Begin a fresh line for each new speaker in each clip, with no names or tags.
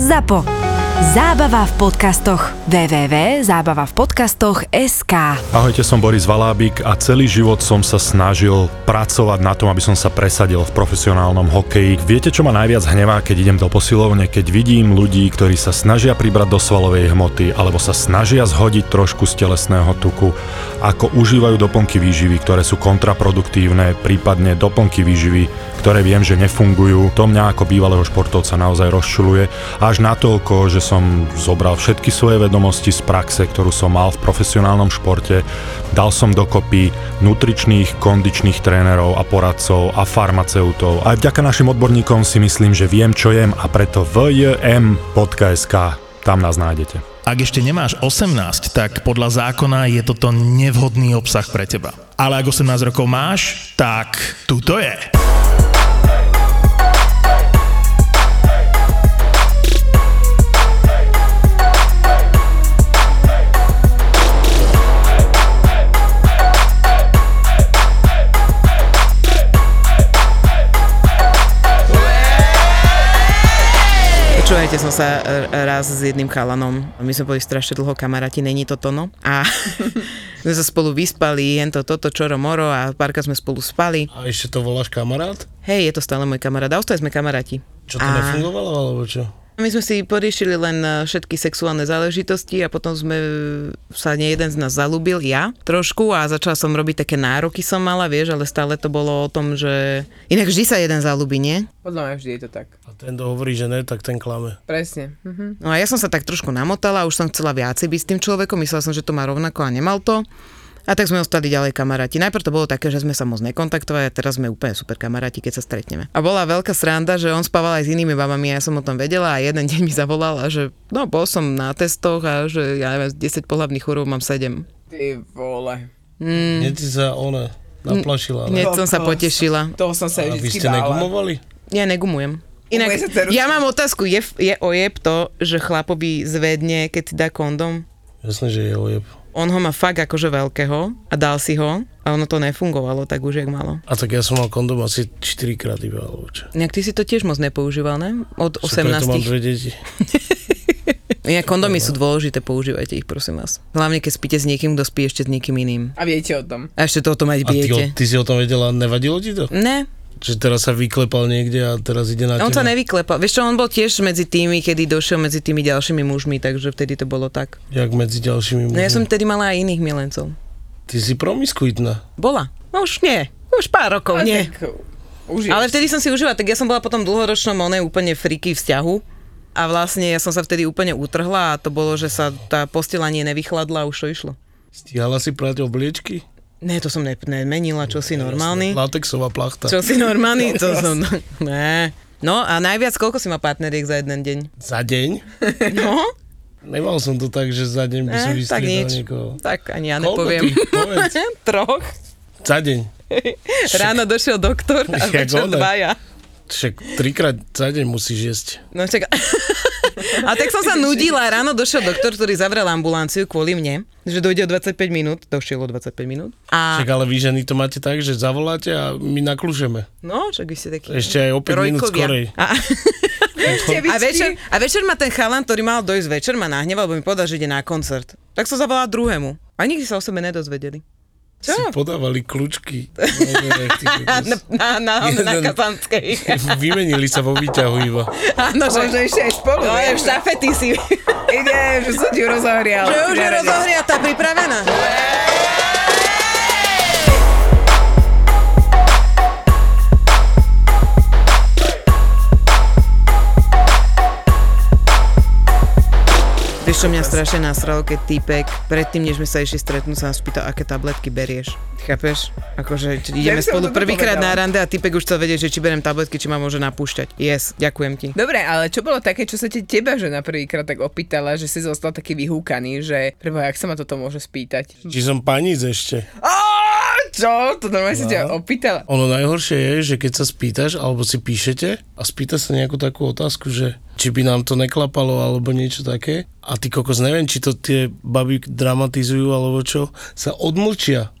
ZAPO. Zábava v podcastoch. www.zábavavpodcastoch.sk
Ahojte, som Boris Valábik a celý život som sa snažil pracovať na tom, aby som sa presadil v profesionálnom hokeji. Viete, čo ma najviac hnevá, keď idem do posilovne, keď vidím ľudí, ktorí sa snažia pribrať do svalovej hmoty alebo sa snažia zhodiť trošku z telesného tuku, ako užívajú doplnky výživy, ktoré sú kontraproduktívne, prípadne doplnky výživy, ktoré viem, že nefungujú. To mňa ako bývalého športovca naozaj rozčuluje, až natoľko, že som zobral všetky svoje vedomosti z praxe, ktorú som mal v profesionálnom športe, dal som dokopy nutričných, kondičných trénerov a poradcov a farmaceutov. A vďaka našim odborníkom si myslím, že viem, čo jem a preto vjm.sk tam nás nájdete.
Ak ešte nemáš 18, tak podľa zákona je toto nevhodný obsah pre teba. Ale ak 18 rokov máš, tak tu to je.
Počúvajte, som sa e, raz s jedným chalanom, my sme boli strašne dlho kamaráti, není to tono, a sme sa spolu vyspali, jen to toto, čoro moro a párka sme spolu spali.
A ešte to voláš kamarát?
Hej, je to stále môj kamarát, a ostali sme kamaráti.
Čo to
A-
nefungovalo, alebo čo?
My sme si poriešili len e, všetky sexuálne záležitosti a potom sme e, sa nie jeden z nás zalúbil, ja trošku a začala som robiť také nároky som mala, vieš, ale stále to bolo o tom, že inak vždy sa jeden zalúbi, nie?
Podľa mňa vždy je to tak.
A ten, kto hovorí, že ne, tak ten klame.
Presne. Mhm.
No a ja som sa tak trošku namotala, už som chcela viacej byť s tým človekom, myslela som, že to má rovnako a nemal to. A tak sme ostali ďalej kamaráti. Najprv to bolo také, že sme sa moc nekontaktovali a teraz sme úplne super kamaráti, keď sa stretneme. A bola veľká sranda, že on spával aj s inými babami a ja som o tom vedela a jeden deň mi zavolal a že no bol som na testoch a že ja neviem, z 10 pohľavných chorôb mám 7.
Ty vole.
Mm. Hneď si sa ona naplašila. Ne?
Hneď som sa potešila.
To som sa
A vy
vždy
ste
bála.
negumovali?
Ja negumujem. Inak,
Umej sa ceručky.
ja mám otázku, je, je ojeb to, že chlapovi zvedne, keď si dá kondom?
Jasné, že je ojeb.
on ho má fakt akože veľkého a dal si ho a ono to nefungovalo tak už, jak malo.
A tak ja som mal kondom asi 4 krát iba, alebo čo.
Nejak ty si to tiež moc nepoužíval, ne? Od
Preto mám
18.
dve deti.
Ja, kondomy sú dôležité, používajte ich, prosím vás. Hlavne, keď spíte s niekým, kto spí ešte s niekým iným.
A viete o tom.
A ešte to o tom aj
A ty, o-
viete.
ty si o tom vedela, nevadilo ti to?
Ne,
Že teraz sa vyklepal niekde a teraz ide na
No, on
teba.
sa nevyklepal. Vieš čo, on bol tiež medzi tými, kedy došiel medzi tými ďalšími mužmi, takže vtedy to bolo tak.
Jak medzi ďalšími
No ja som
mužmi.
vtedy mala aj iných milencov.
Ty si promiskuitná.
Bola. No už nie. Už pár rokov,
A
No nie.
tak, uh, Už je.
Ale vtedy som si užila, tak ja som bola potom dlhoročnom onej úplne friky vzťahu. A vlastne ja som sa vtedy úplne utrhla a to bolo, že sa tá postela nie nevychladla a už to išlo.
Stíhala si prať obliečky?
Ne, to som ne- nemenila, čo si normálny.
Latexová plachta.
Čo si normálny, to som... Ne. No a najviac, koľko si má partneriek za jeden deň?
Za deň?
No,
Nemal som to tak, že za deň by som
ne, tak
vystriedal
nič.
niekoho.
Tak ani ja
Koľko
nepoviem.
ty? Povedz.
Troch.
Za deň.
Ráno došiel doktor a
Jak
večer
one.
dvaja.
Však trikrát za deň musíš jesť.
No čak... A tak som sa nudila. Ráno došiel doktor, ktorý zavrel ambulanciu kvôli mne, že dojde o 25 minút. Došiel o 25 minút. A
Však ale vy ženy to máte tak, že zavoláte a my naklužeme.
no, čak vy ste takí...
Ešte aj o 5 minút
trojkovia.
skorej.
A, a,
Devičky.
večer, a večer ma ten chalan, ktorý mal dojsť večer, ma nahneval, lebo mi povedal, že ide na koncert. Tak som zavolala druhému. A nikdy sa o sebe nedozvedeli.
Si
Čo?
podávali kľúčky. Bože, ty kokos.
Na, na, na, na, na
Jeden.
Kazanskej.
Vymenili sa vo výťahu iba.
Áno,
Možno
že...
ešte aj spolu.
No,
vieš.
je v štafety si.
Ide, že som ti rozohrial.
Že už je rozohriatá, pripravená. Vieš, čo mňa strašne nasralo, keď týpek predtým, než sme sa išli stretnúť, sa nás pýtal, aké tabletky berieš. Chápeš? Akože či ideme
Ja by som
spolu
toto
prvýkrát na
povedala.
rande a typek už chcel vedieť, že či berem tabletky, či ma môže napúšťať. Yes, ďakujem ti.
Dobre, ale čo bolo také, čo sa te teba žena prvýkrát tak opýtala, že si zostal taký vyhúkaný, že preboha, jak sa ma toto môže spýtať?
Či som panic ešte.
Á, čo? To normálne si ťa
No.
opýtala.
Ono najhoršie je, že keď sa spýtaš, alebo si píšete a spýta sa nejakú takú otázku, že či by nám to neklapalo, alebo niečo také. A ty kokos, neviem, či to tie baby dramatizujú, alebo čo, sa odmlčia.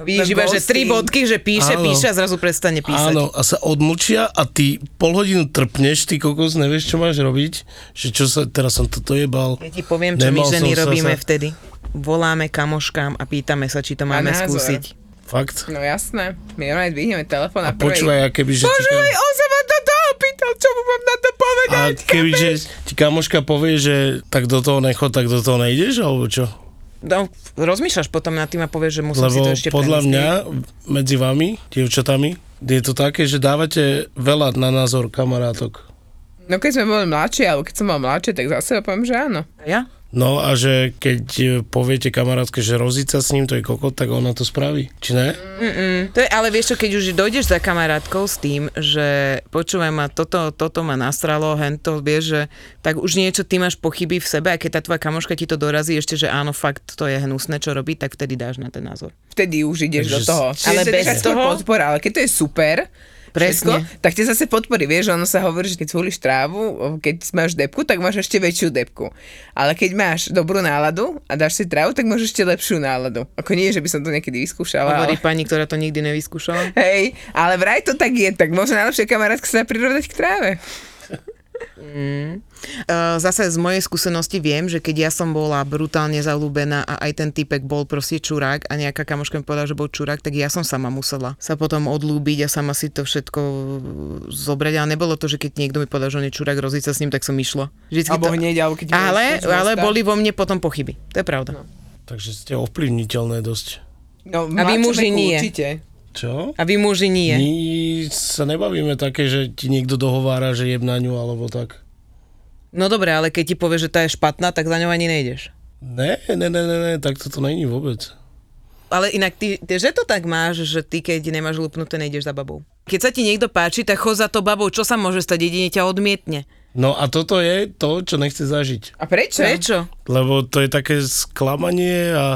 Víš, iba, že tri bodky, že píše,
Áno.
píše a zrazu prestane písať.
Áno, a sa odmlčia a ty pol hodinu trpneš, ty kokos, nevieš, čo máš robiť, že čo sa, teraz som toto jebal.
Ja ti poviem, čo my
Nemal
ženy
som sa
robíme
za-
vtedy. Voláme kamoškám a pýtame sa, či to máme
názor.
skúsiť.
Fakt.
No jasné, my normálne dvihneme telefón
A
a, prvej-
počúvaj, a keby, že ti,
Počúvaj,
kam-
on sa ma do toho pýtal, čo mu mám na to
a
povedať.
keby, že ti kamoška povie, že tak do toho nechod, tak do toho nejdeš, alebo čo?
No, rozmýšľaš potom nad tým a povieš, že musím si
Lebo
to ešte
podľa
premyslieť.
mňa medzi vami, dievčatami, je to také, že dávate veľa na názor kamarátok.
No keď sme boli mladší, alebo keď som mal mladšie, tak za seba poviem, že áno.
Ja?
No a že keď e, poviete kamarátke, že roziť sa s ním, to je kokot, tak ona to spraví, či ne?
Mm. Hm? To je, ale vieš čo, keď už dojdeš za kamarátkou s tým, že počúvaj ma, toto, toto ma nasralo, hento, vieš, že tak už niečo ty máš pochyby v sebe a keď tá tvoja kamoška ti to dorazí ešte, že áno, fakt to je hnusné, čo robí, tak vtedy dáš na ten názor.
Vtedy už ideš
Takže
do toho.
s-
Ale
Čiže
bez
taká skôr
toho-
Podpora, ale keď to je super,
Presne.
Všetko, tak ťa zase podporí, vieš, ono sa hovorí, že keď zhúliš trávu, keď máš depku, tak máš ešte väčšiu depku. Ale keď máš dobrú náladu a dáš si trávu, tak máš ešte lepšiu náladu. Ako nie, že by som to niekedy vyskúšala.
Hovorí
Ale...
pani, ktorá to nikdy nevyskúšala.
Hej, ale vraj to tak je, tak možno najlepšia kamarátka sa dá prirovnať k tráve.
Uh, zase z mojej skúsenosti viem, že keď ja som bola brutálne zalúbená a aj ten typek bol proste čurák a nejaká kamoška mi povedala, že bol čurák, tak ja som sama musela sa potom odlúbiť a sama si to všetko zobrať. Ale nebolo to, že keď niekto mi povedal, že on je čurák, rozíť sa s ním, tak som išla. Vždycky
Alebo
to...
hneď, alebo keď
Ale,
budeš
ale
skúšať
boli vo mne potom pochyby. To je pravda. No.
Takže ste ovplyvniteľné dosť.
No,
A vy
mladšom
muži
veku
nie.
Určite.
Čo?
A vy muži nie.
My sa nebavíme také, že ti niekto dohovára, že jeb na ňu alebo tak.
No dobre, ale keď ti povie, že tá je špatná, tak za ňou ani nejdeš.
Ne, ne, ne, ne, ne tak to není vôbec.
Ale inak, ty, ty, že to tak máš, že ty keď nemáš lupnuté, nejdeš za babou. Keď sa ti niekto páči, tak chod za to babou. Čo sa môže stať? Jedine ťa odmietne.
No a toto je to, čo nechce zažiť.
A prečo?
Prečo?
Lebo to je také sklamanie a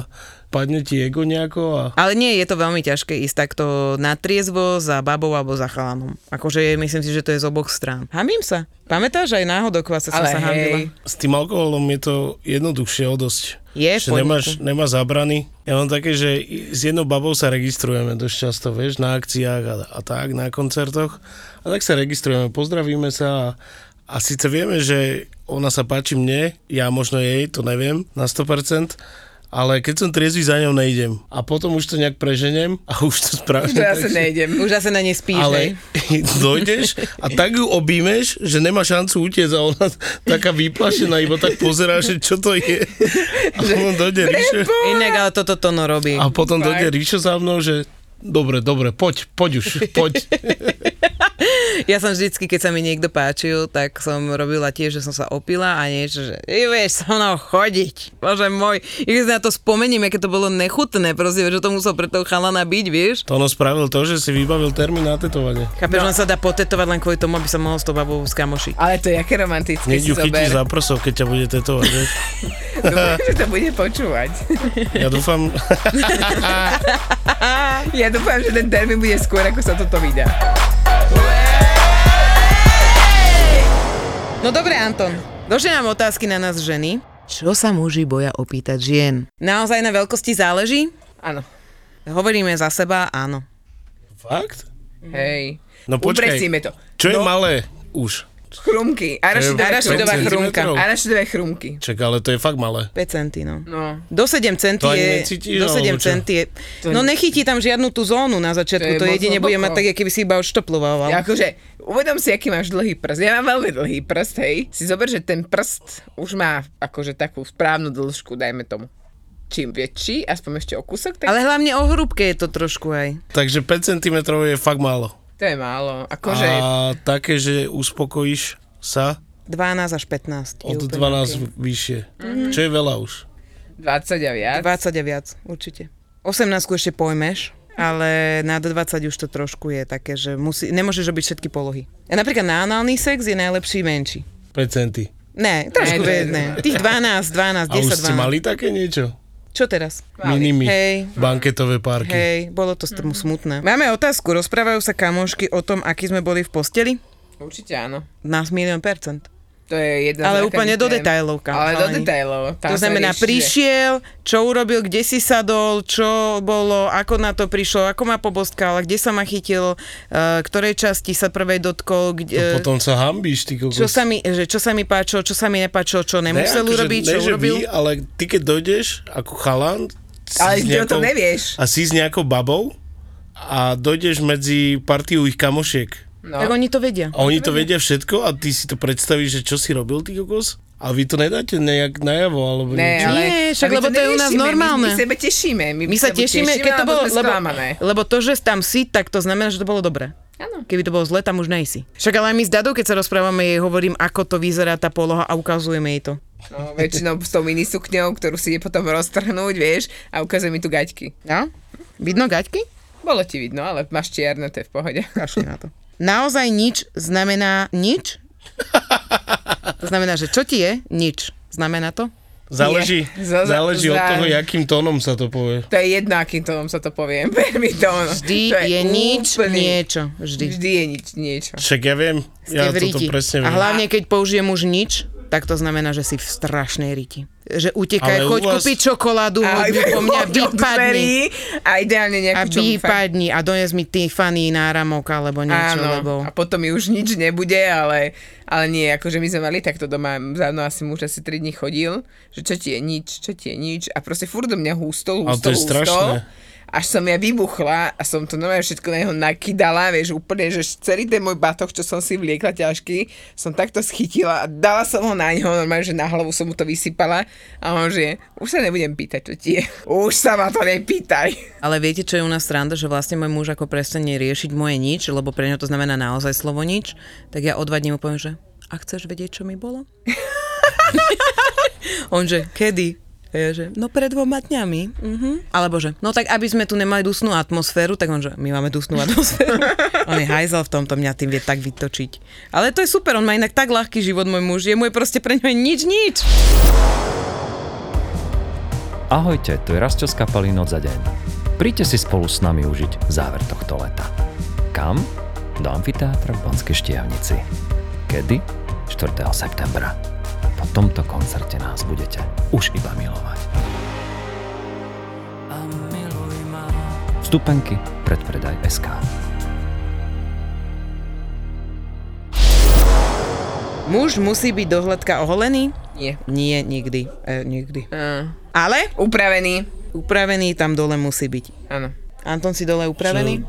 padne ti ego nejako a...
Ale nie, je to veľmi ťažké ísť takto na triezvo za babou alebo za chalanom. Akože je- myslím si, že to je z oboch strán. Hamím sa. Pamätáš aj náhodou kvasa som
Ale
sa
hej,
hamila.
S tým alkoholom je to jednoduchšie o dosť.
Je
že
poníku.
nemáš, nemáš zábrany. Ja mám také, že i- s jednou babou sa registrujeme dosť často, vieš, na akciách a, a tak, na koncertoch. A tak sa registrujeme, pozdravíme sa a, a síce vieme, že ona sa páči mne, ja možno jej, to neviem na 100%, ale keď som triezvy za ňou nejdem. A potom už to nejak preženiem a už to spravím.
To ja sa
takže-
nejdem.
Už zase na ne spíš, hej?
ale dojdeš a tak ju obímeš, že nemá šancu utiecť a ona taká vyplašená, iba tak pozerá, že čo to je. A on dojde Ríšo,
Inak, ale toto Tono robí.
a potom dojde Ríšo za mnou, že dobre, dobre, poď, poď už, poď.
Ja som vždycky, keď sa mi niekto páčil, tak som robila tiež, že som sa opila a niečo, že "Ty vieš so mnou chodiť. Bože môj, ja keď si na to spomeniem, aké to bolo nechutné, proste, vieš, že to musel pre toho chalana byť, vieš.
To ono spravil to, že si vybavil termín na tetovanie.
Chápeš, no. on sa dá potetovať len kvôli tomu, aby sa mohol s tou babou skamošiť.
Ale to je aké romantické
Hneď
si
ju chytíš
zober.
za prsov, keď ťa bude tetovať. vieš.
Dúfam, že to bude počúvať.
Ja dúfam,
Ja dúfam, že ten termín bude skôr, ako sa toto vydá.
No dobre, Anton. Došli nám otázky na nás ženy. Čo sa muži boja opýtať žien? Naozaj na veľkosti záleží?
Áno.
Hovoríme za seba, áno.
fakt?
Hej.
No počkaj,
Upresíme to.
čo je malé už?
Chrumky. Arašidové
Arašidová
chrumky.
chrumka.
Arašidové chrumky.
Čak, ale to je fakt malé.
5 centy, no.
No.
Do 7 centy
To ani
je...
necítiš,
do 7
alebo čo?
centy je... No nechytí tam žiadnu tú zónu na začiatku, to,
To je moc
jedine bude mať
hlboko.
tak, keby si iba odštoploval.
No.
Ja akože, uvedom si, aký máš dlhý prst. Ja mám veľmi dlhý prst, hej. Si zober, že ten prst už má akože takú správnu dĺžku, dajme tomu. Čím väčší, aspoň ešte o kúsok, tak
Ale hlavne o hrúbke je to trošku aj.
Takže 5 cm je fakt málo.
to je málo. Akože,
A také, že uspokojíš sa,
12 až 15. je
Od
úplne Mhm.
12 vyššie. Čo je veľa už.
20 a viac.
OK. 20 a viac, určite. 18 ešte pojmeš, ale nad 20 už to trošku je také, že musí, nemôžeš robiť všetky polohy. A napríklad na análny sex je najlepší menší.
5 centy.
Ne, trošku
Ne,
ne, ne. Tých 12, 12,
A už
10,
ste
12.
mali také niečo?
Čo teraz?
Minimi.
Hej.
Banketové parky.
Hej, bolo to s
Mhm.
tomu smutné. Máme otázku, rozprávajú sa kamošky o tom, aký sme boli v posteli?
Určite áno.
Nás milión percent.
To je jedna z
Ale
základných
úplne do
tém.
detailov, kam,
Ale do
chalani.
detailov.
To
Tam sa
znamená,
rieši, že-
prišiel, čo urobil, kde si sadol, čo bolo, ako na to prišlo, ako ma poboskal, kde sa ma chytil, eh, ktorej časti sa prvej dotkol,
To
kde,
No potom sa hambíš, ty kokos.
e, čo, sa mi, že, čo sa mi páčilo, čo sa mi nepáčilo, čo
Ne,
nemusel
akože
urobiť, čo
ne, že
urobil.
Vy, ale ty keď dojdeš ako chalan... si
Ale
s
ty o
nejakou-
tom nevieš.
A si s nejakou babou a dojdeš medzi partiou ich kamošiek.
No.
Tak oni to vedia.
A oni to vedia všetko a ty si to predstavíš, že čo si robil, ty kokos? A vy to nedáte nejak najavo, alebo
Ne,
niečo.
ale,
Nie, však
a my
lebo to je u nás
neriešime,
normálne.
My, my sebe tešíme. My,
My sa
sebe
tešíme, keď to
alebo
bolo,
sme
lebo,
sklamané.
lebo to, že tam si, tak to znamená, že to bolo dobré.
Áno.
Keby to bolo zle, tam už nejsi. Však ale aj my s Dadou, keď sa rozprávame, jej hovorím, ako to vyzerá tá poloha a ukazujeme jej to.
No, väčšinou s tou minisukňou, ktorú si ide potom roztrhnúť, vieš, a ukazuje mi tu gaťky.
No? Vidno gaťky?
Bolo ti vidno, ale máš čierne, to je v pohode.
Kašli na to. Naozaj nič znamená nič? To znamená, že čo ti je? Nič. Znamená to?
Záleží,
Nie. Za- za-
záleží od
za-
toho, jakým tónom sa to povie.
To je jedno, akým tónom sa to poviem. Mi to, ono,
Vždy
to
je, nič,
úplný-
niečo. Vždy.
Vždy je nič, niečo.
Však ja viem,
Ste
ja
v
toto
riti.
presne
A
viem.
hlavne, keď použijem už nič, tak to znamená, že si v strašnej riti. Že utekaj,
Ale u
choď
vás-
kúpiť čokoládu, hoď mi po mňa
od
vypadni.
dverí A ideálne
A
nejakú čo mi fakt-
vypadni a dones mi Tiffany náramok alebo niečo,
Áno,
lebo...
a potom mi už nič nebude, ale, ale nie, akože my sme mali takto doma, za mnou asi muž asi 3 dní chodil, že čo ti je nič, čo ti je nič a proste furt do mňa hústol,
Ale to
hústol,
je strašné.
hústol. Až som ja vybuchla a som to nové všetko na neho nakydala, vieš, úplne, že celý ten môj batoh, čo som si vliekla ťažký, som takto schytila a dala som ho na neho, normálne, že na hlavu som mu to vysypala a on že, už sa nebudem pýtať, čo ti je. Už sa ma to nepýtaj.
Ale viete, čo je u nás sranda, že vlastne môj muž ako prestane riešiť moje nič, lebo pre ňo to znamená naozaj slovo nič, tak ja o dva dní mu poviem, že a chceš vedieť, čo mi bolo? On že, kedy? A ja že, no pred dvoma dňami. Mhm. Alebo že, no tak aby sme tu nemali dusnú atmosféru, tak on že, my máme dusnú atmosféru. on je hajzel v tomto, mňa tým vie tak vytočiť. Ale to je super, on má inak tak ľahký život, môj muž, je môj proste pre ňo je nič, nič.
Ahojte, tu je Rasto z kapely Noc za deň. Príďte si spolu s nami užiť záver tohto leta. Kam? Do amfiteátra v Banskej Štiavnici. Kedy? 4. septembra. Po tomto koncerte nás budete už iba milovať. Vstupenky predpredaj SK.
Muž musí byť dohľadka oholený?
Nie.
Nie, nikdy. E, nikdy.
Uh,
Ale
upravený.
Upravený tam dole musí byť.
Áno.
Anton si dole upravený?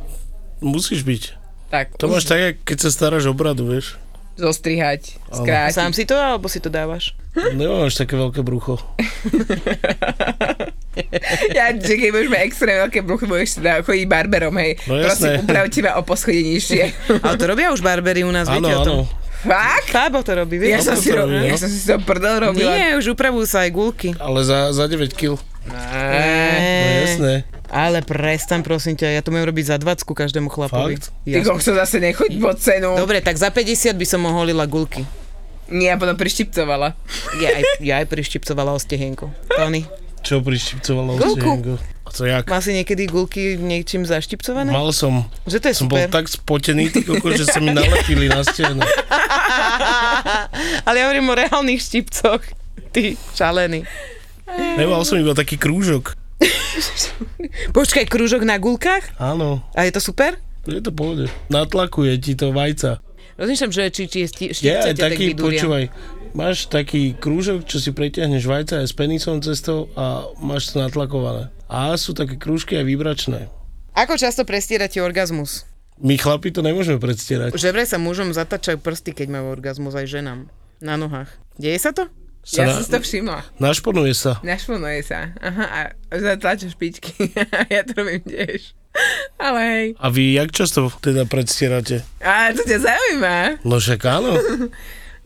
Musíš byť.
Tak,
To máš tak, jak keď sa staráš o bradu, vieš.
zostrihať,
A
skrátiť.
Sám si to alebo si to dávaš?
Nemám až také veľké brucho.
Hm?
Ja, že keď budeš mať extra veľké bruchy, budeš teda chodiť barberom, hej.
No jasné.
Prosím, uprav teba o poschodie nižšie.
Ale to robia už barbery u nás,
Áno,
viete o tom?
áno.
Fakt?
Fábo to robí,
Ja
vieš?
som, si ro-
upravujú,
ja
no.
som si to prdel robila.
Nie, už upravujú sa aj gulky.
Ale za, za 9 kg.
Á,
No
Eh.
jasné.
Ale prestan, prosím ťa, ja to môžem robiť za 20 každému chlapovi.
Fakt?
Ty
Ja.
kokso zase nechoď po cenu.
Dobre, tak za 50 by som oholila gulky.
Nie, ja potom prištipcovala.
Ja aj, ja aj prištipcovala o stehienku. Tony,
Čo prištipcovalo?
Ruku.
Ruku. A to jak?
má si niekedy gulky niečím zaštipcované?
Mal som.
Že to je
No, Som bol
super.
tak spotený, ty koko, že sa mi nalepili na stenu.
Ale ja hovorím o reálnych štipcoch. Ty, šalený.
Nemal som iba taký krúžok.
Počkaj, krúžok na gulkách?
Áno,
A je to super?
je to pohode. Natlakuje ti to vajca.
Rozmýšľam, že či, či je sti-
Je
štipcate,
aj taký,
vydúria.
počúvaj, máš taký krúžok, čo si pretiahneš vajca aj s penisom cestou a máš to natlakované. A sú také krúžky aj vybračné.
Ako často prestierate orgazmus?
My chlapi to nemôžeme predstierať.
Že vraj sa mužom zatačajú prsty, keď majú orgazmus aj ženám. Na nohách. Deje sa to?
Sa na,
Ja som si to všimla.
našponuje sa.
Našponuje No sa. Aha, a zatlačím špičky. ja to robím tiež. Ale hej.
A vy jak často teda predstierate?
A to ťa zaujíma.
No však áno.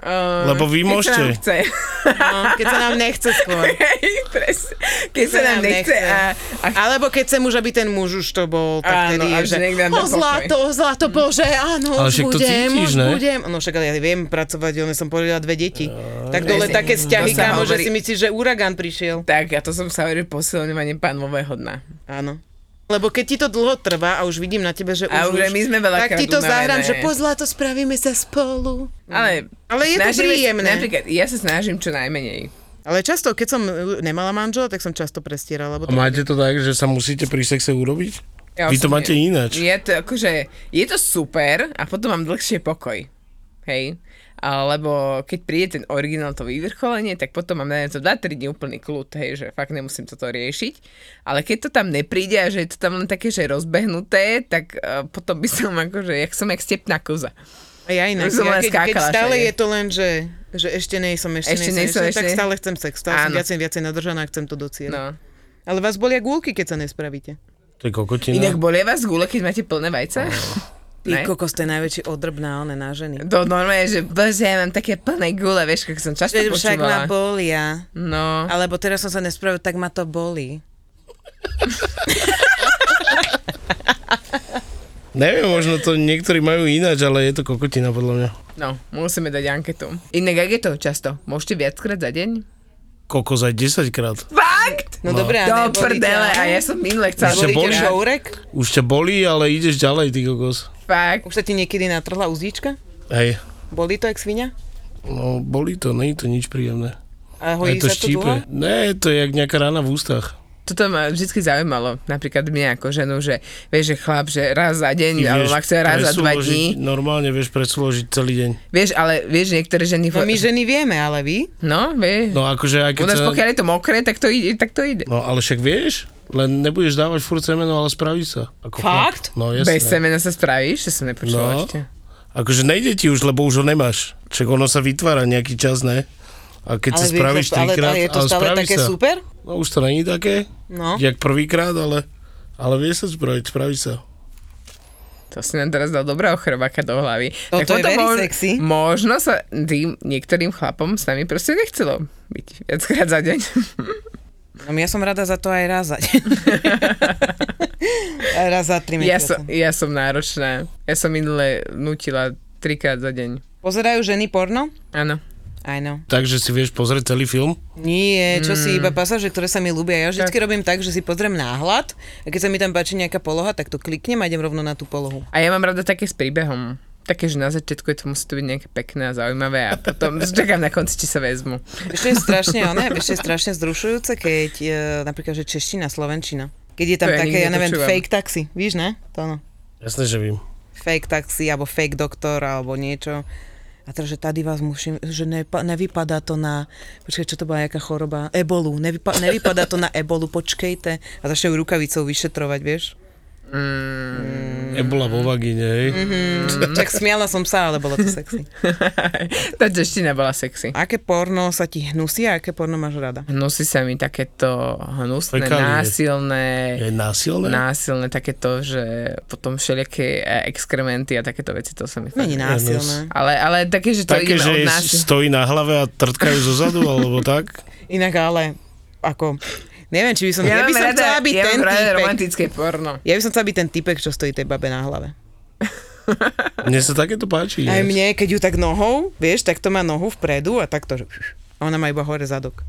Uh,
Lebo vy môžete.
Chce.
No, keď sa nám nechce skôr.
Hej, presne. Keď sa nám nechce a, a
Alebo keď chcem už, aby ten muž už to bol, tak
Áno,
tedy
a
je, že...
že niekto nám dá
O zlato, o zlato, bože, áno,
Ale
už
však to
budem,
cítiš,
už
ne?
budem. No však ale ja viem pracovať, ja som porodila dve deti. tak dole
presne.
také vzťahy,
To sa
kámo, že
hovorí.
si myslíš, že uragán prišiel.
Tak, a to som sa hovoril posilňovanie pánového dna.
Áno. Lebo keď ti to dlho trvá a už vidím na tebe, že
A už aj my sme
tak
veľakrát
ti to
unavené.
zahrám, že pozlá to spravíme sa spolu.
Ale,
Ale je to
snažíme sa-
príjemné.
Napríklad, ja sa snažím čo najmenej.
Ale často, keď som uh, nemala manžela, tak som často prestierala, lebo
A
to...
máte to tak, že sa musíte pri sexe urobiť?
Ja
Vy to
osobne-
máte ináč.
Je to akože, je to super a potom mám dlhšie pokoj. Hej. Alebo keď príde ten originál, to vyvrcholenie, tak potom mám na to 2-3 dní úplný kľud, hej, že fakt nemusím toto riešiť. Ale keď to tam nepríde a že je to tam len také, že rozbehnuté, tak uh, potom by som akože, jak som jak stepná koza.
A ja inak,
Už som
ja
len
keď, keď
skákala
stále
všade.
je to len, že, že ešte nej som, ešte,
Ešte
nej som, ešte, tak
nej.
stále chcem sex, stále som
Áno.
viacej, viacej nadržaná a chcem to docieľať.
No.
Ale vás bolia gulky, keď sa nespravíte.
To je kokotina.
Inak bolia vás gule, keď máte plné vajca?
No.
Ty
Ne?
kokos, to je najväčší odrb na one, na ženy.
To normálne, že bože, ja mám také plné gule, vieš, ako som často
Že však ma
počúvala.
bolia.
No.
Alebo teraz som sa nespravil, tak ma to bolí.
Neviem, možno to niektorí majú ináč, ale je to kokotina podľa mňa.
No, musíme dať anketu. Inak, ak je to často? Môžete viackrát za deň?
Kokos aj 10 krát.
Fakt?
No, dobre, a
Do
nebolí
prdele,
ťa-
a ja som minule chcela
Ešte
byť
boli?
krát.
Žourek?
Už ťa bolí, ale ideš ďalej, ty kokos.
Fakt.
Už sa ti niekedy natrhla uzdička?
Hej,
Boli to jak svinia?
no bolí to, nie je to nič príjemné.
A
Aj
hojí
to
sa to dlho?
štípe. Ne, to je jak nejaká rána v ústach.
Toto ma vždy zaujímalo. Napríklad mňa ako ženu, že vieš, že chlap, že raz za deň,
Ty
alebo
vieš
ak chce raz za dva
presúložiť-
dní.
Normálne vieš presúložiť celý deň.
Vieš, ale vieš, niektoré ženy...
No my ženy vieme, ale vy?
no vieš.
No
No,
akože aj keď
U nás
sa...
pokiaľ je to mokré, tak to ide. Tak to ide.
No ale však vieš, len nebudeš dávať furt semeno, ale spravíš sa. Ako chlap.
Fakt?
No
Bez
jasne.
semena sa spravíš, že som nepočula
No.
ešte.
Akože nejde ti už, lebo už ho nemáš. Čak ono sa vytvára nejaký čas, ne? A keď sa
ale vy-
spravíš
ale,
trikrát,
ale je to stále
spravíš
také
sa.
super?
No už to není také,
No.
jak prvýkrát, ale, ale vie sa spraviť, spraví sa.
To si nám teraz dal dobrého chrobáka do hlavy.
Toto No, je
potom
very sexy.
Možno sa tým niektorým chlapom s nami proste nechcelo byť viackrát za deň.
No ja som rada za to aj raz za deň. Aj raz za tri
ja,
mesiace.
som, ja som náročná. Ja som minule nutila trikrát za deň.
Pozerajú ženy porno?
Áno.
Aj no.
Takže si vieš pozrieť celý film?
Nie, čo
Hmm.
si iba pasáže, ktoré sa mi ľúbia. Ja vždy robím tak, že si pozriem náhľad a keď sa mi tam páči nejaká poloha, tak to kliknem a idem rovno na tú polohu.
A ja mám rada také s príbehom. Také, že na začiatku je to musí to byť nejaké pekné a zaujímavé a potom čakám na konci, či sa vezmu.
Ešte je strašne, ne, ešte je strašne zrušujúce, keď e, napríklad, že čeština, slovenčina. Keď je tam
To ja
také,
nikdy
ja neviem,
nepočúvam.
fake taxi, víš, ne? To no. ono.
Jasné, že vím.
fake taxi alebo fake doktor alebo niečo. A teraz, že tady vás musím, že nepa, nevypadá to na, počkaj, čo to bola, jaká choroba, ebolu, nevypa, nevypadá to na ebolu, počkejte. A začne ju rukavicou vyšetrovať, vieš.
Mm. Ebola vo vagíne, hej?
Mhm.
Mm.
Tak smiala som sa, ale bolo to sexy.
Tá čeština bola sexy.
Aké porno sa ti hnusí a aké porno máš rada?
Hnusí sa mi takéto hnusné,
Fekálie.
násilné...
Je násilné?
násilné takéto, že potom všelijaké e, exkrementy a takéto veci, to sa mi fakt...
Není násilné.
Ale, ale také, že to
Také,
ideme
že
od
jej
nás.
stojí na hlave a trtkajú zo zadu, alebo tak?
Inak ale, ako, neviem, či by som, ja, by
mám
som
rada-
chcela byť
ja
ten
mám rada
týpek.
romantické porno.
Ja by som chcela byť ten typek, čo stojí tej babe na hlave.
Mne sa takéto páči.
Aj
ináč.
mne, keď ju tak nohou, vieš, tak to má nohu vpredu a takto, že... A ona má iba hore zadok.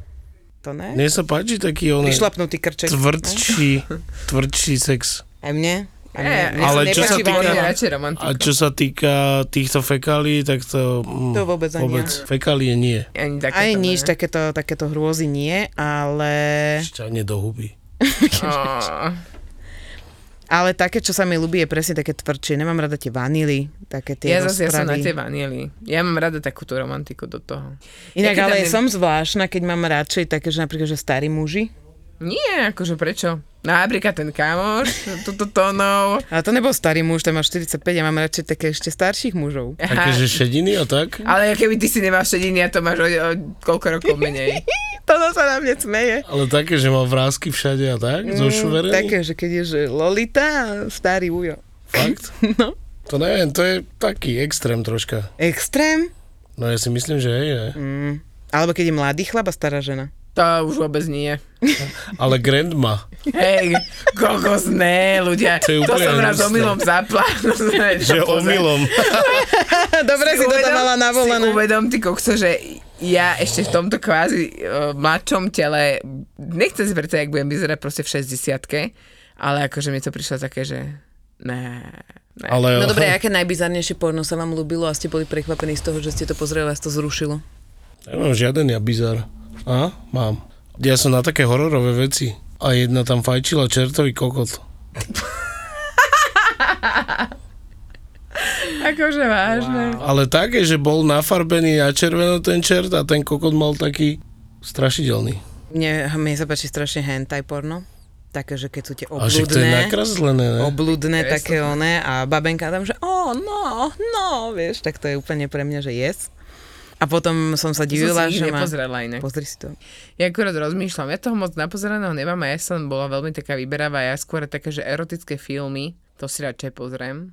To ne?
Mne sa páči taký on
Prišlapnutý krček.
tvrdší, tvrdší sex.
Aj mne? Aj mne.
Nie,
mne
ale
sa
čo sa
nepáči
týka-
vonia.
radšej
A
romantika.
čo sa týka týchto fekálií, tak to... Mm,
To vôbec ani
vôbec. Fekálie nie.
Ani takéto,
Aj nič,
ne.
takéto, takéto hrôzy nie, ale...
Šťanie do huby.
No, Á,
Ale také, čo sa mi ľubí, je presne také tvrdšie. Nemám rada tie vanily, také tie
Ja zase ja som na
rozpravy.
tie vanily. Ja mám rada takúto romantiku do toho.
Inak,
Ja
ale
keď tam-
som zvláštna, keď mám radšej také, že napríklad, že starí muži.
Nie, akože prečo? Napríklad ten kamoš, toto tónov.
Ale to nebol starý muž, ten má 45, ja mám radšej také ešte starších mužov.
Také, že šediny a tak?
Ale keby ty si nemáš šediny a to máš o, o koľko rokov menej.
Toto sa na mne smeje.
Ale také, že má vrázky všade a tak? Zošuverený?
Mm, Také, že keď je že Lolita, starý ujo.
Fakt?
No.
To neviem, to je taký extrém troška.
Extrém?
No ja si myslím, že hej, ne?
Mm. Alebo keď je mladý chlap a stará žena.
To už vôbec nie.
Ale grandma.
Hej, kokos, ne, ľudia.
To je
To,
úplne
som raz
hnusné.
omylom zapla.
Že omylom.
Dobre si, to tam mala
Si
navolené.
uvedom, ty kokso, že ja ešte v tomto e, kvázi uh, mladšom tele, nechcem si predstaviť, jak budem vyzerať proste v 60 Ale akože mi to prišlo také, že ne, ne.
Ale
No dobre, aké najbizarnejšie porno sa vám ľúbilo a ste boli prekvapení z toho, že ste to pozreli a vás to zrušilo?
Nemám žiaden ja bizar. A? Mám. Ja som na také hororové veci. A jedna tam fajčila čertový kokot.
Akože vážne.
Ale také, že bol nafarbený na červeno ten čert a ten kokot mal taký strašidelný.
Mne, mne sa páči strašne hentai porno. Také, že keď sú tie
A že to je
obľúdne,
nakreslené, ne?
obľúdne
Jasné.
také oné a babenka tam, že o, no, no, vieš, tak to je úplne pre mňa, že yes. A potom som sa divila,
som si ich
že ma...
nepozrela inak.
Pozri si to.
Ja akurát rozmýšľam, ja toho moc napozeraného nemám a ja som bola veľmi taká vyberavá, ja skôr také, že erotické filmy, to si radšej pozriem.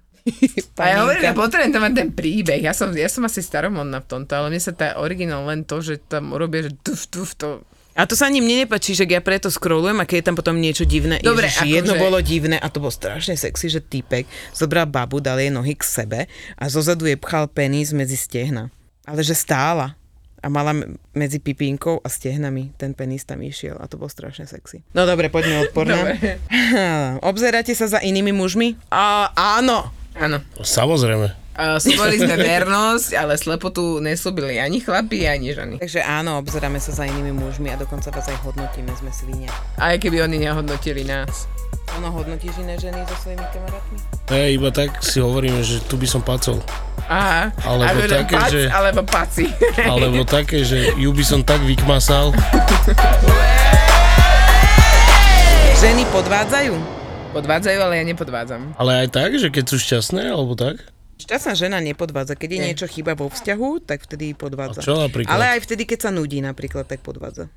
A ja hovorím, ja potrebujem tam mať ten príbeh, ja som, ja som asi staromodná v tomto, ale mne sa tá originál len to, že tam robia, že tuf, tuf, to...
A to sa ani mne nepačí, že ja preto scrollujem a keď je tam potom niečo divné.
Dobre,
Ježiši,
akože-
jedno bolo divné a to bolo strašne sexy, že týpek zobral babu, dal jej nohy k sebe a zozadu jej pchal penis medzi stehna. Ale že stála a mala m- medzi pipínkou a stehnami ten penis tam išiel a to bolo strašne sexy. No dobre, poďme od porna.
Dobre.
Obzeráte sa za inými mužmi? A, áno.
Áno.
Samozrejme.
Uh, slúbili sme vernosť, ale slepotu neslúbili ani chlapi, ani ženy.
Takže áno, obzeráme sa za inými mužmi a dokonca vás aj hodnotíme, sme svinia.
Aj keby oni nehodnotili nás.
Ono hodnotíš iné ženy so svojimi kamarátmi?
Ja iba tak si hovoríme, že tu by som pacol.
Aha.
Alebo
Alebo
také,
pac,
že-
Alebo paci.
Alebo také, že ju by som tak vykmasal.
Ženy podvádzajú?
Podvádzajú, ale ja nepodvádzam.
Ale aj tak, že keď sú šťastné, alebo tak.
Šťastná žena nepodvádza. Keď je
Nie.
niečo chyba vo vzťahu, tak vtedy podvádza.
A čo napríklad?
Ale aj vtedy, keď sa nudí napríklad, tak podvádza.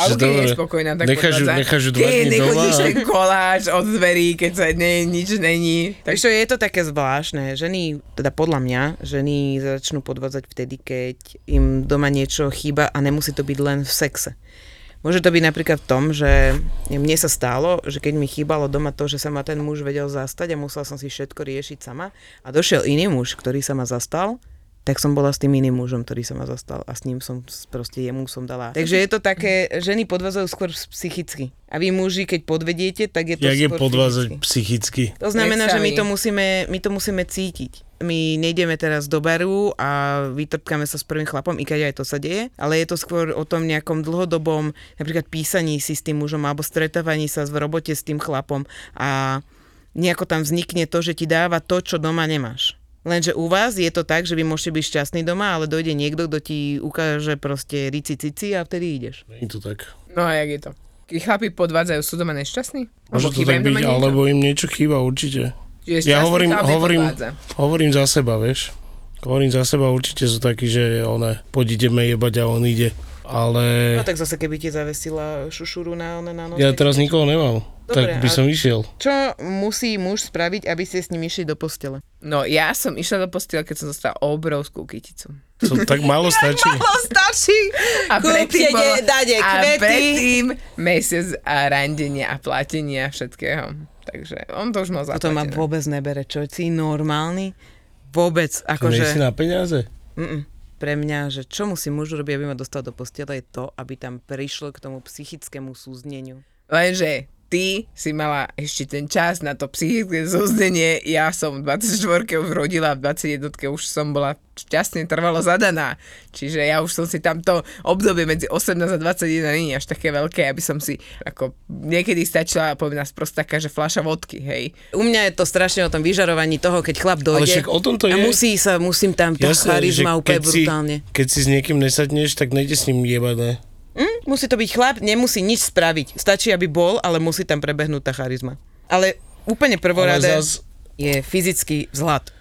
Ale
Že
keď
dobre,
je spokojná, tak
necháš ju-
podvádza.
necháš ju dva
Keď
dní doma
nechodíš
a-
ten koláč od dverí, keď sa nie, nič není. Tak
Takže je to také zvláštne. Ženy, teda podľa mňa, ženy začnú podvádzať vtedy, keď im doma niečo chýba a nemusí to byť len v sexe. Môže to byť napríklad v tom, že mne sa stálo, že keď mi chýbalo doma to, že sa ma ten muž vedel zastať a musela som si všetko riešiť sama a došiel iný muž, ktorý sa ma zastal, tak som bola s tým iným mužom, ktorý sa ma zastal a s ním som s- proste jemu som dala. Takže je to také, ženy podvádzajú skôr psychicky. A vy muži, keď podvediete, tak je to
Jak je
skôr
podvázať
fyzicky.
psychicky.
To znamená,
Jak sa
že my
vy?
to, musíme, my to musíme cítiť. My nejdeme teraz do baru a vytrpkáme sa s prvým chlapom, i keď aj to sa deje, ale je to skôr o tom nejakom dlhodobom, napríklad písaní si s tým mužom alebo stretávaní sa v robote s tým chlapom a nejako tam vznikne to, že ti dáva to, čo doma nemáš. Lenže u vás je to tak, že vy môžete byť šťastný doma, ale dojde niekto, kto ti ukáže proste rici cici a vtedy ideš.
Nie je to tak.
No a jak je to? Keď chlapi podvádzajú, sú doma nešťastní?
Môže
Alebo
to
chýba
tak
im doma
byť,
niečo?
alebo im niečo chýba určite.
Čiže
Ja
šťastný
hovorím,
chlap
hovorím,
nepodvádza.
hovorím za seba, vieš. Hovorím za seba, určite sú takí, že one, poď ideme jebať a on ide. Ale
No tak zase, keby ti zavesila šušuru na, na, na noc,
ja
tak-
teraz nikoho nemám.
Dobre,
tak by
ale-
som išiel.
Čo musí muž spraviť, aby ste s ním išli do postele?
No ja som išla do postela, keď som dostala obrovskú kyticu.
To tak málo stačí.
stačí.
A
Kúpte
predtým, bolo-
de- dade
a
kvety.
predtým mesiac a randenia a platenia a všetkého. Takže on to už mal
Toto ma
zaplatené.
vôbec nebere, čo? Si normálny? Vôbec,
Nie si
akože...
na peniaze?
Mm, mm. Pre mňa, že čo musí muž robiť, aby ma dostal do postele, je to, aby tam prišlo k tomu psychickému súzneniu.
Lenže ty si mala ešte ten čas na to psychické zoznenie. Ja som v 24 už rodila, v 21 už som bola šťastne trvalo zadaná. Čiže ja už som si tamto obdobie medzi 18 a 21 nie je až také veľké, aby som si ako niekedy stačila, poviem nás prosto taká, že fľaša vodky, hej.
U mňa je to strašne o tom vyžarovaní toho, keď chlap
Ale
dojde.
však o tom to
a
je.
musí sa, musím tam, tá
Jasné, že
charizma úplne
keď si,
brutálne.
keď si s niekým nesadneš, tak nejde s ním jebať, ne?
Hm? Musí to byť chlap, nemusí nič spraviť. Stačí, aby bol, ale musí tam prebehnúť tá charizma. Ale úplne
Ale
prvoradé
zas,
je fyzický vzhľad.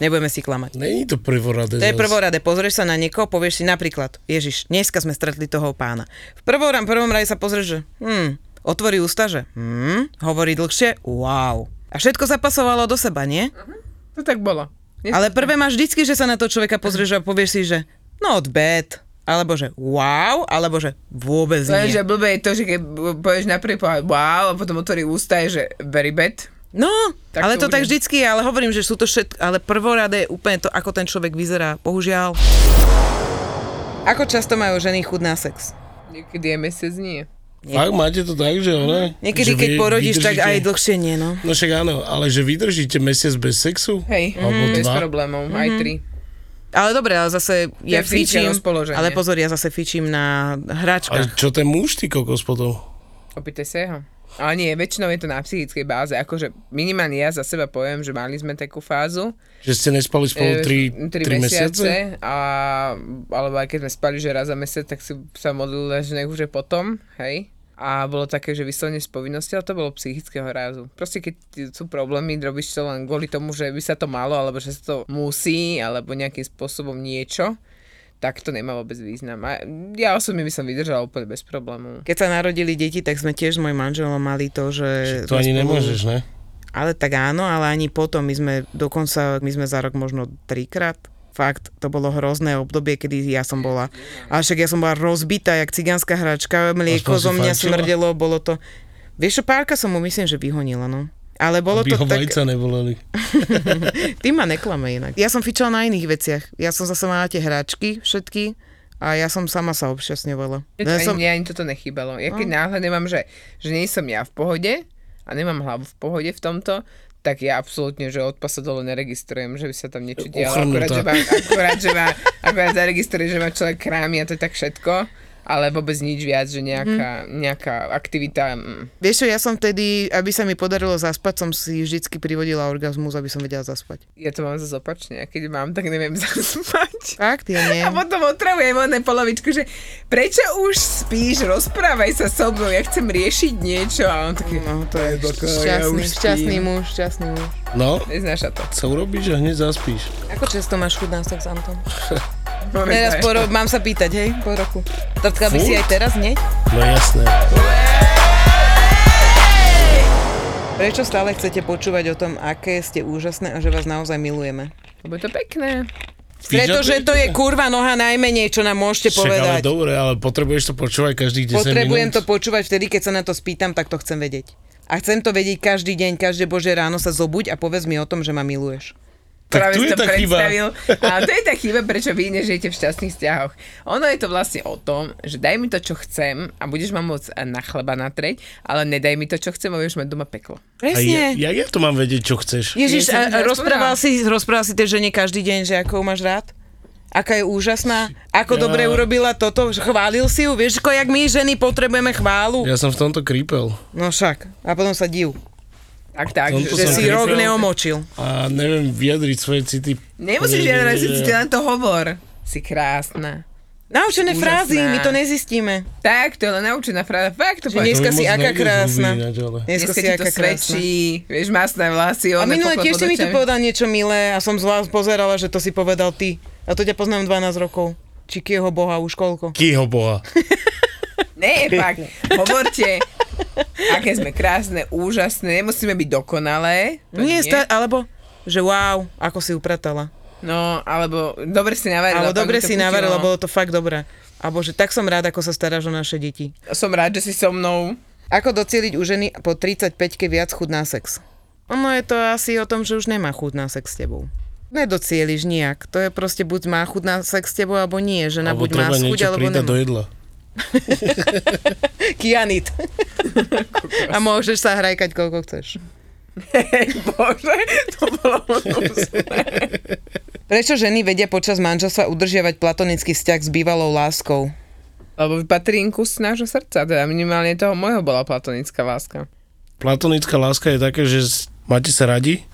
Nebudeme si klamať.
není to prvoradé.
To je
zas.
prvoradé. Pozrieš sa na niekoho, povieš si napríklad, Ježiš, dneska sme stretli toho pána. V prvom, prvom rade sa pozrieš, že hm, otvorí ústa, že hm, hovorí dlhšie, wow. A všetko zapasovalo do seba, nie?
To tak bolo. Nie-
Ale prvé máš vždycky, že sa na to človeka pozrieš a povieš si, že not bad, alebo že wow, alebo že vôbec nie.
Lenže blbé je to, že keď povieš na prvý pohľad wow, a potom otvorí ústa, je, že very bad.
No,
Tak
ale to,
to už
tak
je.
vždycky, ale hovorím, že sú to všetko, ale prvoradé je úplne to, ako ten človek vyzerá, bohužiaľ. Ako často majú ženy chud na sex?
Niekedy je mesiac nie.
Fakt máte to tak, že ona?
Niekedy,
že
keď
vy
porodíš, tak
vydržíte-
aj dlhšie nie, no.
No však áno, ale že vydržíte mesiac bez sexu?
Hej,
Alebo
mm, bez
dva. Mhm.
problémov, aj tri.
Ale dobre, ale zase ja
je fyzické
fičím,
rozpoloženie.
ale pozor, ja zase fičím na
A
hračkách.
čo ten muž, ty kokos potom?
Opýtaj sa ho. Ale nie, väčšinou je to na psychickej báze. Akože minimálne ja za seba poviem, že mali sme takú fázu. e,
Že ste nespali
Eh,
spolu 3, 3, mesiace?
A, alebo aj keď sme spali, že raz za mesiac, tak si sa modlila, že nech už je potom, hej. A bolo také, že vyslovene z povinnosti, ale to bolo psychického rázu. Proste keď ti sú problémy, robíš to len kvôli tomu, že by sa to malo, alebo že sa to musí, alebo nejakým spôsobom niečo, tak to nemá vôbec význam. A ja osobne by som vydržala úplne bez problémov.
Keď sa narodili deti, tak sme tiež s mojim manželom mali to, že...
To
sme
ani
spolu-
nemôžeš, ne?
Ale tak áno, ale ani potom. My sme dokonca, my sme za rok možno trikrát. Fakt, to bolo hrozné obdobie, kedy ja som bola. Ale však ja som bola rozbitá, jak cigánska hračka, mlieko
Aspoň si
zo mňa
fajčila?
smrdelo, bolo to... Vieš čo, párka som mu myslím, že vyhonila, no. Ale bolo
By
to
ho
tak...
vajca neboleli.
Ty ma neklame inak. Ja som fičala na iných veciach. Ja som zase mala tie hračky všetky a ja som sama sa obšťastňovala. No Ja
Ani
som... No.
mne ani toto nechýbalo. Ja keď náhle nemám, že, že nie som ja v pohode a nemám hlavu v pohode v tomto, tak ja absolútne, že od pasu dole neregistrujem, že by sa tam niečo dialo. Akurát, že
Ochrnutá.
ma, akurát, že ma, akurát zaregistruje, že ma človek krámi a to je tak všetko. Ale vôbec nič viac, že nejaká,
Mhm.
nejaká aktivita... mm.
Vieš čo, ja som vtedy, aby sa mi podarilo zaspať, som si vždycky privodila orgazmus, aby som vedela zaspať.
Ja to mám zase opačne. Ja Keď mám, tak neviem zaspať.
Fakt, ja nie.
A potom otravujem oné polovičku, že prečo už spíš, rozprávaj sa so mnou, ja chcem riešiť niečo. A on taký,
No, to je
Boko, ja
šťastný,
už
šťastný
spím.
muž, šťastný muž.
No,
neznáša to.
sa urobíš a hneď zaspíš.
Ako často máš chudná sex, Anton?
Momentálne.
Teraz po ro- mám sa pýtať, hej, po roku. Trtka by si aj teraz, nie?
No jasné.
Prečo stále chcete počúvať o tom, aké ste úžasné a že vás naozaj milujeme?
Lebo je to pekné.
Pretože to je kurva noha najmenej, čo nám môžete
Však ale
povedať.
dobre, ale potrebuješ to počúvať každých 10
Potrebujem to
minút.
počúvať vtedy, keď sa na to spýtam, tak to chcem vedieť. A chcem to vedieť každý deň, každé bože ráno sa zobuď a povedz mi o tom, že ma miluješ.
Tak tu je
si
tá chyba.
A to je tá chyba, prečo vy nežijete v šťastných vzťahoch. Ono je to vlastne o tom, že daj mi to, čo chcem a budeš ma môcť eh, na chleba natreť, ale nedaj mi to, čo chcem a budeš mať doma peklo.
A ja,
Presne.
ja, ja to mám vedieť, čo chceš.
Ježiš,
Ja
a,
som
a
to
rozprával,
rozprával.
si, rozprával si tej žene každý deň, že ako ju máš rád? Aká je úžasná? Ako
Ja-
dobre urobila toto? že Chválil si ju? Vieš, ako jak my ženy potrebujeme chválu?
Ja som v tomto krípel.
No však. A potom sa div.
Tak, tak.
tomto
Že
som
si
Som
rok
kúpil-
neomočil.
A neviem vyjadriť svoje city.
Nemusíš
Nie, nie,
žiadať
nie,
si
nie.
ty len to hovor. Si krásna.
Naučené
Úžasná.
frázy, my to nezistíme.
Tak, to je len naučená fráza. Fakt to
Že dneska
To mi
si
moc
aká
nejde z
krásna.
huby ináč, ale.
Dneska,
Dneska
si
ti
aká
to
krásna.
svedčí, vieš, masné vlasy,
A
ona
minule
poklad
tiež
pod
si mi tu
očami.
povedal niečo milé a som z vás pozerala, že to si povedal ty. A to ťa poznám 12 rokov. Či kieho boha už koľko.
Kýho boha.
Ne, fakt, hovorte, aké sme krásne, úžasné, nemusíme byť dokonalé. To
Nie, sta- alebo že wow, ako si upratala.
No, alebo dobre si
Ale
navarila. fakt
dobre
mi to
si
chutilo.
navarila, bolo to fakt dobré. A bože, tak som rád, ako sa staráš o naše deti.
Som rád, že si so mnou.
Ako docieliť u ženy po 35-ke viac chud na sex? Ono No je to asi o tom, že už nemá chud na sex s tebou. Nedocieliš nijak. To je proste buď má chud na sex s tebou, alebo nie. Žena
Alebo
buď má
treba
chuť,
niečo
alebo
pridať
nemá.
do jedla.
Kianit. A môžeš sa hrajkať, koľko chceš.
Hej, bože, to bolo hnusné.
Prečo ženy vedia počas manželstva udržiavať platonický vzťah s bývalou láskou?
Lebo patrinku z nášho srdca, teda minimálne toho môjho bola platonická láska.
Platonická láska je také, že s- máte sa radi,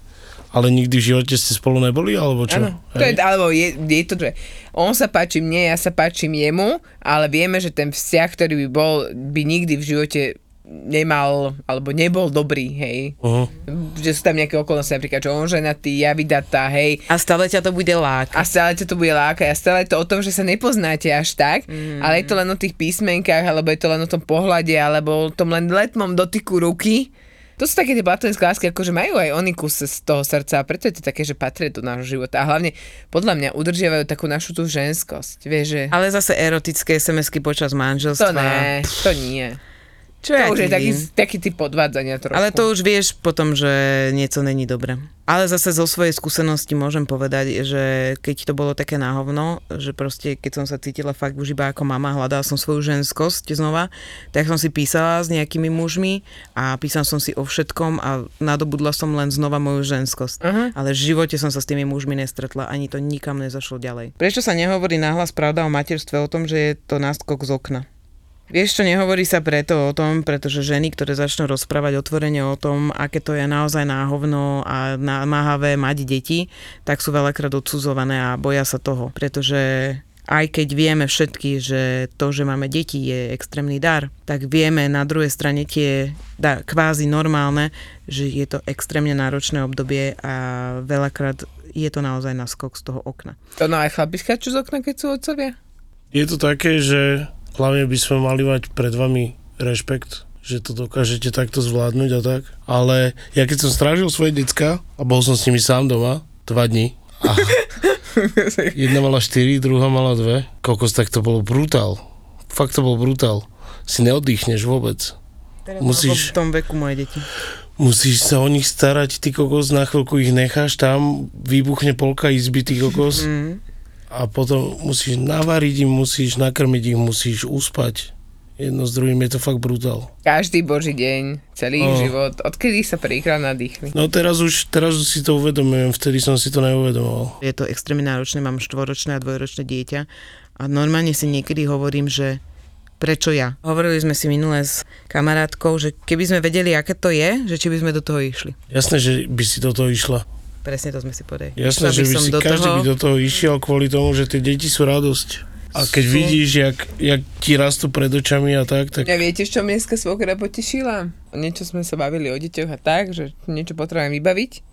ale nikdy v živote ste spolu neboli, alebo čo?
Áno. To je, alebo je, je to, že on sa páči mne, ja sa páčim jemu, ale vieme, že ten vzťah, ktorý by bol, by nikdy v živote nemal, alebo nebol dobrý, hej.
Uh-huh.
Že sú tam nejaké okolnosti, napríklad, že on ženatý, ja vydatá, hej.
A stále ťa to bude lákať.
A stále ťa to bude lákať a stále je to o tom, že sa nepoznáte až tak,
Mhm.
mm. ale je to len o tých písmenkách, alebo je to len o tom pohľade, alebo o tom len letmom dotyku ruky. To sú také tie platonické lásky, akože majú aj oni kus z toho srdca a preto je to také, že patria do nášho života. A hlavne, podľa mňa, udržiavajú takú našu tú ženskosť. Vieš, že
Ale zase erotické SMS-ky počas
to
manželstva.
ne, to nie.
Čo ja
to už
ti
je taký,
vím.
taký typ podvádzania trošku.
Ale to už vieš potom, že niečo není dobré. Ale zase zo svojej skúsenosti môžem povedať, že keď to bolo také náhovno, že proste keď som sa cítila fakt už iba ako mama, hľadala som svoju ženskosť znova, tak som si písala s nejakými mužmi a písala som si o všetkom a nadobudla som len znova moju ženskosť.
Aha.
Ale v živote som sa s tými mužmi nestretla, ani to nikam nezašlo ďalej. Prečo sa nehovorí nahlas pravda o materstve o tom, že je to náskok z okna? Vieš čo, nehovorí sa preto o tom, pretože ženy, ktoré začnú rozprávať otvorene o tom, aké to je naozaj náhovno a námahavé mať deti, tak sú veľakrát odsudzované a boja sa toho, pretože aj keď vieme všetky, že to, že máme deti je extrémny dar, tak vieme na druhej strane tie da, kvázi normálne, že je to extrémne náročné obdobie a veľakrát je to naozaj naskok z toho okna.
To no aj chlapi skáču z okna, keď sú otcovia?
Je to také, že hlavne by sme mali mať pred vami rešpekt, že to dokážete takto zvládnuť a tak. Ale ja keď som strážil svoje decka a bol som s nimi sám doma, dva dní, a jedna mala štyri, druhá mala dve. Kokos, tak to bolo brutál. Fakt to bol brutál. Si neoddychneš vôbec. Musíš-
V tom veku moje deti.
Musíš sa o nich starať, ty kokos, na chvíľku ich necháš tam, vybuchne polka izby, ty kokos.
Mm.
a potom musíš navariť im, musíš nakrmiť ich, musíš uspať. Jedno s druhým je to fakt brutál.
Každý boží deň, celý ich
Oh.
život, odkedy sa prvýkrát nadýchli.
No teraz už, teraz už si to uvedomujem, vtedy som si to neuvedomoval.
Je to extrémne náročné, mám štvoročné a dvojročné dieťa a normálne si niekedy hovorím, že prečo ja? Hovorili sme si minule s kamarátkou, že keby sme vedeli, aké to je, že či by sme do toho išli.
Jasné, že by si do toho išla.
Presne to sme si povedali. Išla
Jasné, že
by
by
som
si,
do
každý
toho.
by do toho išiel kvôli tomu, že tie deti sú radosť. A keď
Sú.
vidíš, jak, jak ti rastú pred očami a tak, tak
Ja viete, čo mne dneska svokra potešila? Niečo sme sa bavili o deťoch a tak, že niečo potrebujem vybaviť.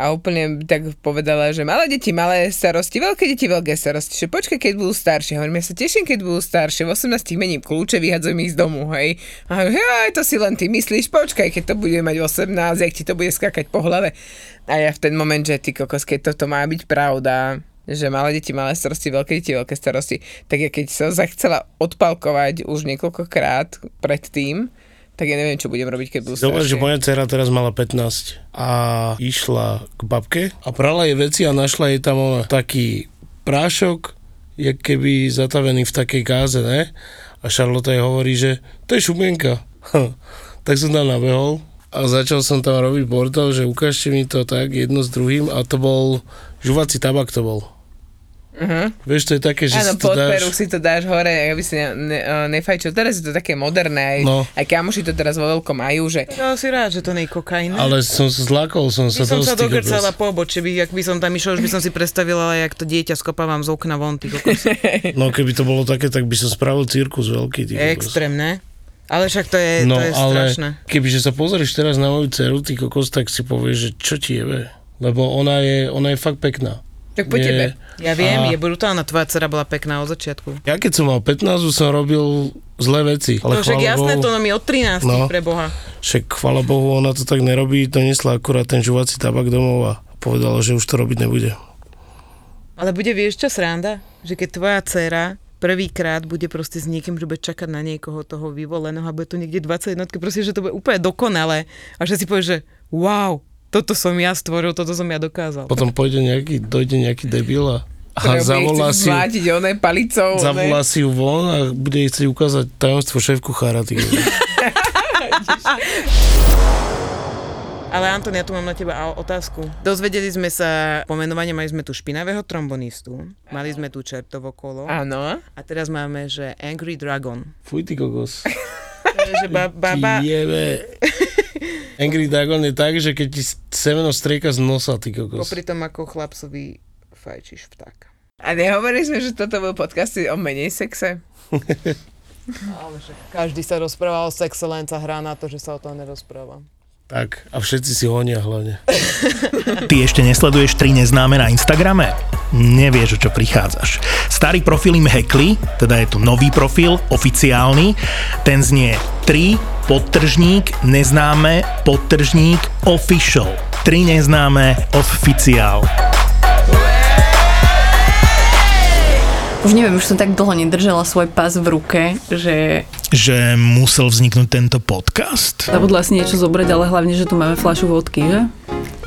A úplne tak povedala, že malé deti, malé starosti, veľké deti, veľké starosti. Že počkaj, keď budú staršie. Hovorím, ja sa teším, keď budú staršie. V 18 mením kľúče, vyhadzujem ich z domu, hej. A hovorím, hej, to si len ty myslíš, počkaj, keď to bude mať 18, jak ti to bude skákať po hlave. A ja v ten moment, že ty kokos, keď toto má byť pravda, že malé deti, malé starosti, veľké deti, veľké starosti. Tak ja keď som sa chcela odpalkovať už niekoľkokrát predtým, tak ja neviem, čo budem robiť, keď budú
Dobre, že
staršie.
moja dcera teraz mala 15 a išla k babke a prala jej veci a našla jej tam ona taký prášok, je keby zatavený v takej gáze, ne? A Charlotte jej hovorí, že to je šumienka. Hm. tak som tam nabehol a začal som tam robiť bordel, že ukážte mi to tak jedno s druhým a to bol žuvací tabak to bol.
Mhm.
Vieš, to je také, že
Áno,
si to
pod
dáš...
peru si to dáš hore, aby si ne, ne, eh, nefajčil. Teraz je to také moderné, aj,
No.
aj kamoši to teraz vo veľkom majú, že
Ja si rád, že to nie je kokain.
Ale som sa zlákol, som
by
sa
som
dosť,
sa
ty kokos.
dokrcala po obočí, by, ak by som tam išla, už by som si predstavila, jak to dieťa skopávam z okna von, ty kokos.
No keby to bolo také, tak by som spravil cirkus veľký. Ty kokos.
Extrémne. Ale však to je,
No
to je
ale
strašné.
kebyže sa pozrieš teraz na moju dceru, ty kokos, tak si povieš, že čo ti jebe. Lebo ona je, ona je fakt pekná.
tak po
Je-
tebe.
Ja viem,
A-
je brutálna. Tvoja dcera bola pekná od začiatku.
Ja keď som mal 15, som robil zlé veci. Ale
no však
chvála
jasné,
Bohu,
to nám je od 13,
No.
pre Boha.
Však chvala Bohu, ona to tak nerobí, donesla akurát ten žuvací tabak domov a povedala, že už to robiť nebude.
Ale bude, vieš čo, sranda? Že keď tvoja dcera prvýkrát bude proste s niekým, že bude čakať na niekoho toho vyvoleného a bude tu niekde 21, proste, že to bude úplne dokonalé a že si povieš, že wow, toto som ja stvoril, toto som ja dokázal.
Potom pôjde nejaký, dojde nejaký debil a, a
ktorého bude
zavolá
chcieť
si, ju,
zmlátiť oné palicou. oné.
zavolá si ju von a bude jej chcieť ukázať tajomstvo šéf kuchára. Ty kokos.
Ale Anton, ja tu mám na teba a- otázku. Dozvedeli sme sa pomenovanie, mali sme tu špinavého trombonistu, mali sme tu čertovokolo
Áno.
a teraz máme, že Angry Dragon.
Fuj, ty kokos.
To je, že ba- baba,
Jebe. Angry Dragon je tak, že keď ti semeno strieka z nosa, ty kokos.
popri tom ako chlapcovi fajčíš vtáka.
A nehovorili sme, že toto bol podcast o menej sexe?
Každý sa rozpráva o sexe, len sa hrá na to, že sa o tom nerozpráva.
Tak, a všetci si honia hlavne.
Ty ešte nesleduješ tri neznáme na Instagrame? Nevieš, o čo prichádzaš. Starý profil im hackli, teda je tu nový profil, oficiálny. Ten znie 3 podtržník neznáme podtržník official. 3 neznáme oficiál.
Už neviem, už som tak dlho nedržala svoj pás v ruke, že
Že musel vzniknúť tento podcast?
Zabudla si niečo zobrať, ale hlavne, že tu máme fľašu vodky, že?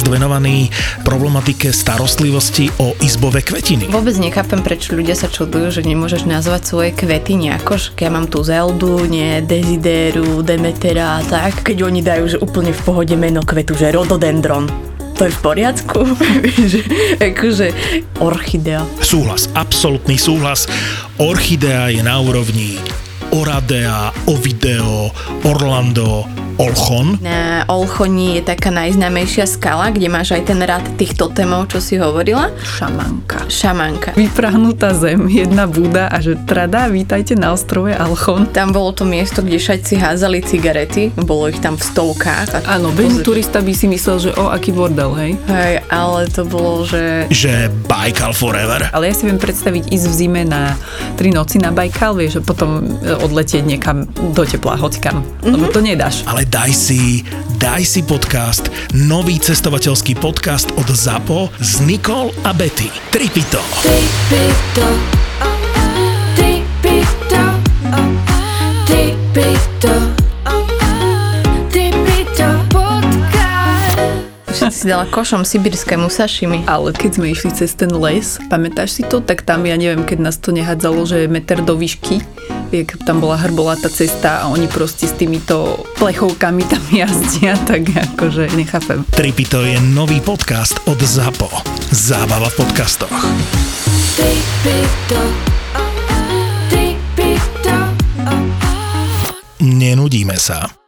venovaný problematike starostlivosti o izbové kvetiny.
Vôbec nechápem, prečo ľudia sa čudujú, že nemôžeš nazvať svoje kvety nejako, že keď ja mám tu Zeldu, nie Desideru, Demetera a tak. Keď oni dajú, že úplne v pohode meno kvetu, že rododendron. To je v poriadku, že akože orchidea.
Súhlas, absolútny súhlas. Orchidea je na úrovni Oradea, Ovideo, Orlando, Olchon.
Na Olchoni je taká najznámejšia skala, kde máš aj ten rad tých totémov, čo si hovorila.
Šamanka.
Šamanka.
Vyprahnutá zem, jedna búda a že tradá, vítajte na ostrove Alchon.
Tam bolo to miesto, kde všetci házali cigarety, bolo ich tam v stovkách. A
Áno, bežný turista by si myslel, že o, aký bordel, hej?
Hej, ale to bolo, že
Že Baikal Forever.
Ale ja si viem predstaviť ísť v zime na tri noci na Bajkal, vieš, a potom e, odletieť niekam do tepla, hocikam. Mm-hmm.
Mhm.
Lebo to nedáš.
Ale daj si, daj si podcast, nový cestovateľský podcast od ZAPO s Nikol a Betty. Tripito.
všetci si dala košom sibirskému sašimi.
Ale keď sme išli cez ten les, pamätáš si to, tak tam, ja neviem, keď nás to nehádzalo, že meter do výšky, jak tam bola hrbolatá cesta a oni proste s týmito plechovkami tam jazdia, tak akože nechápem.
Tripito je nový podcast od ZAPO. Zábava v podcastoch. Nenudíme sa.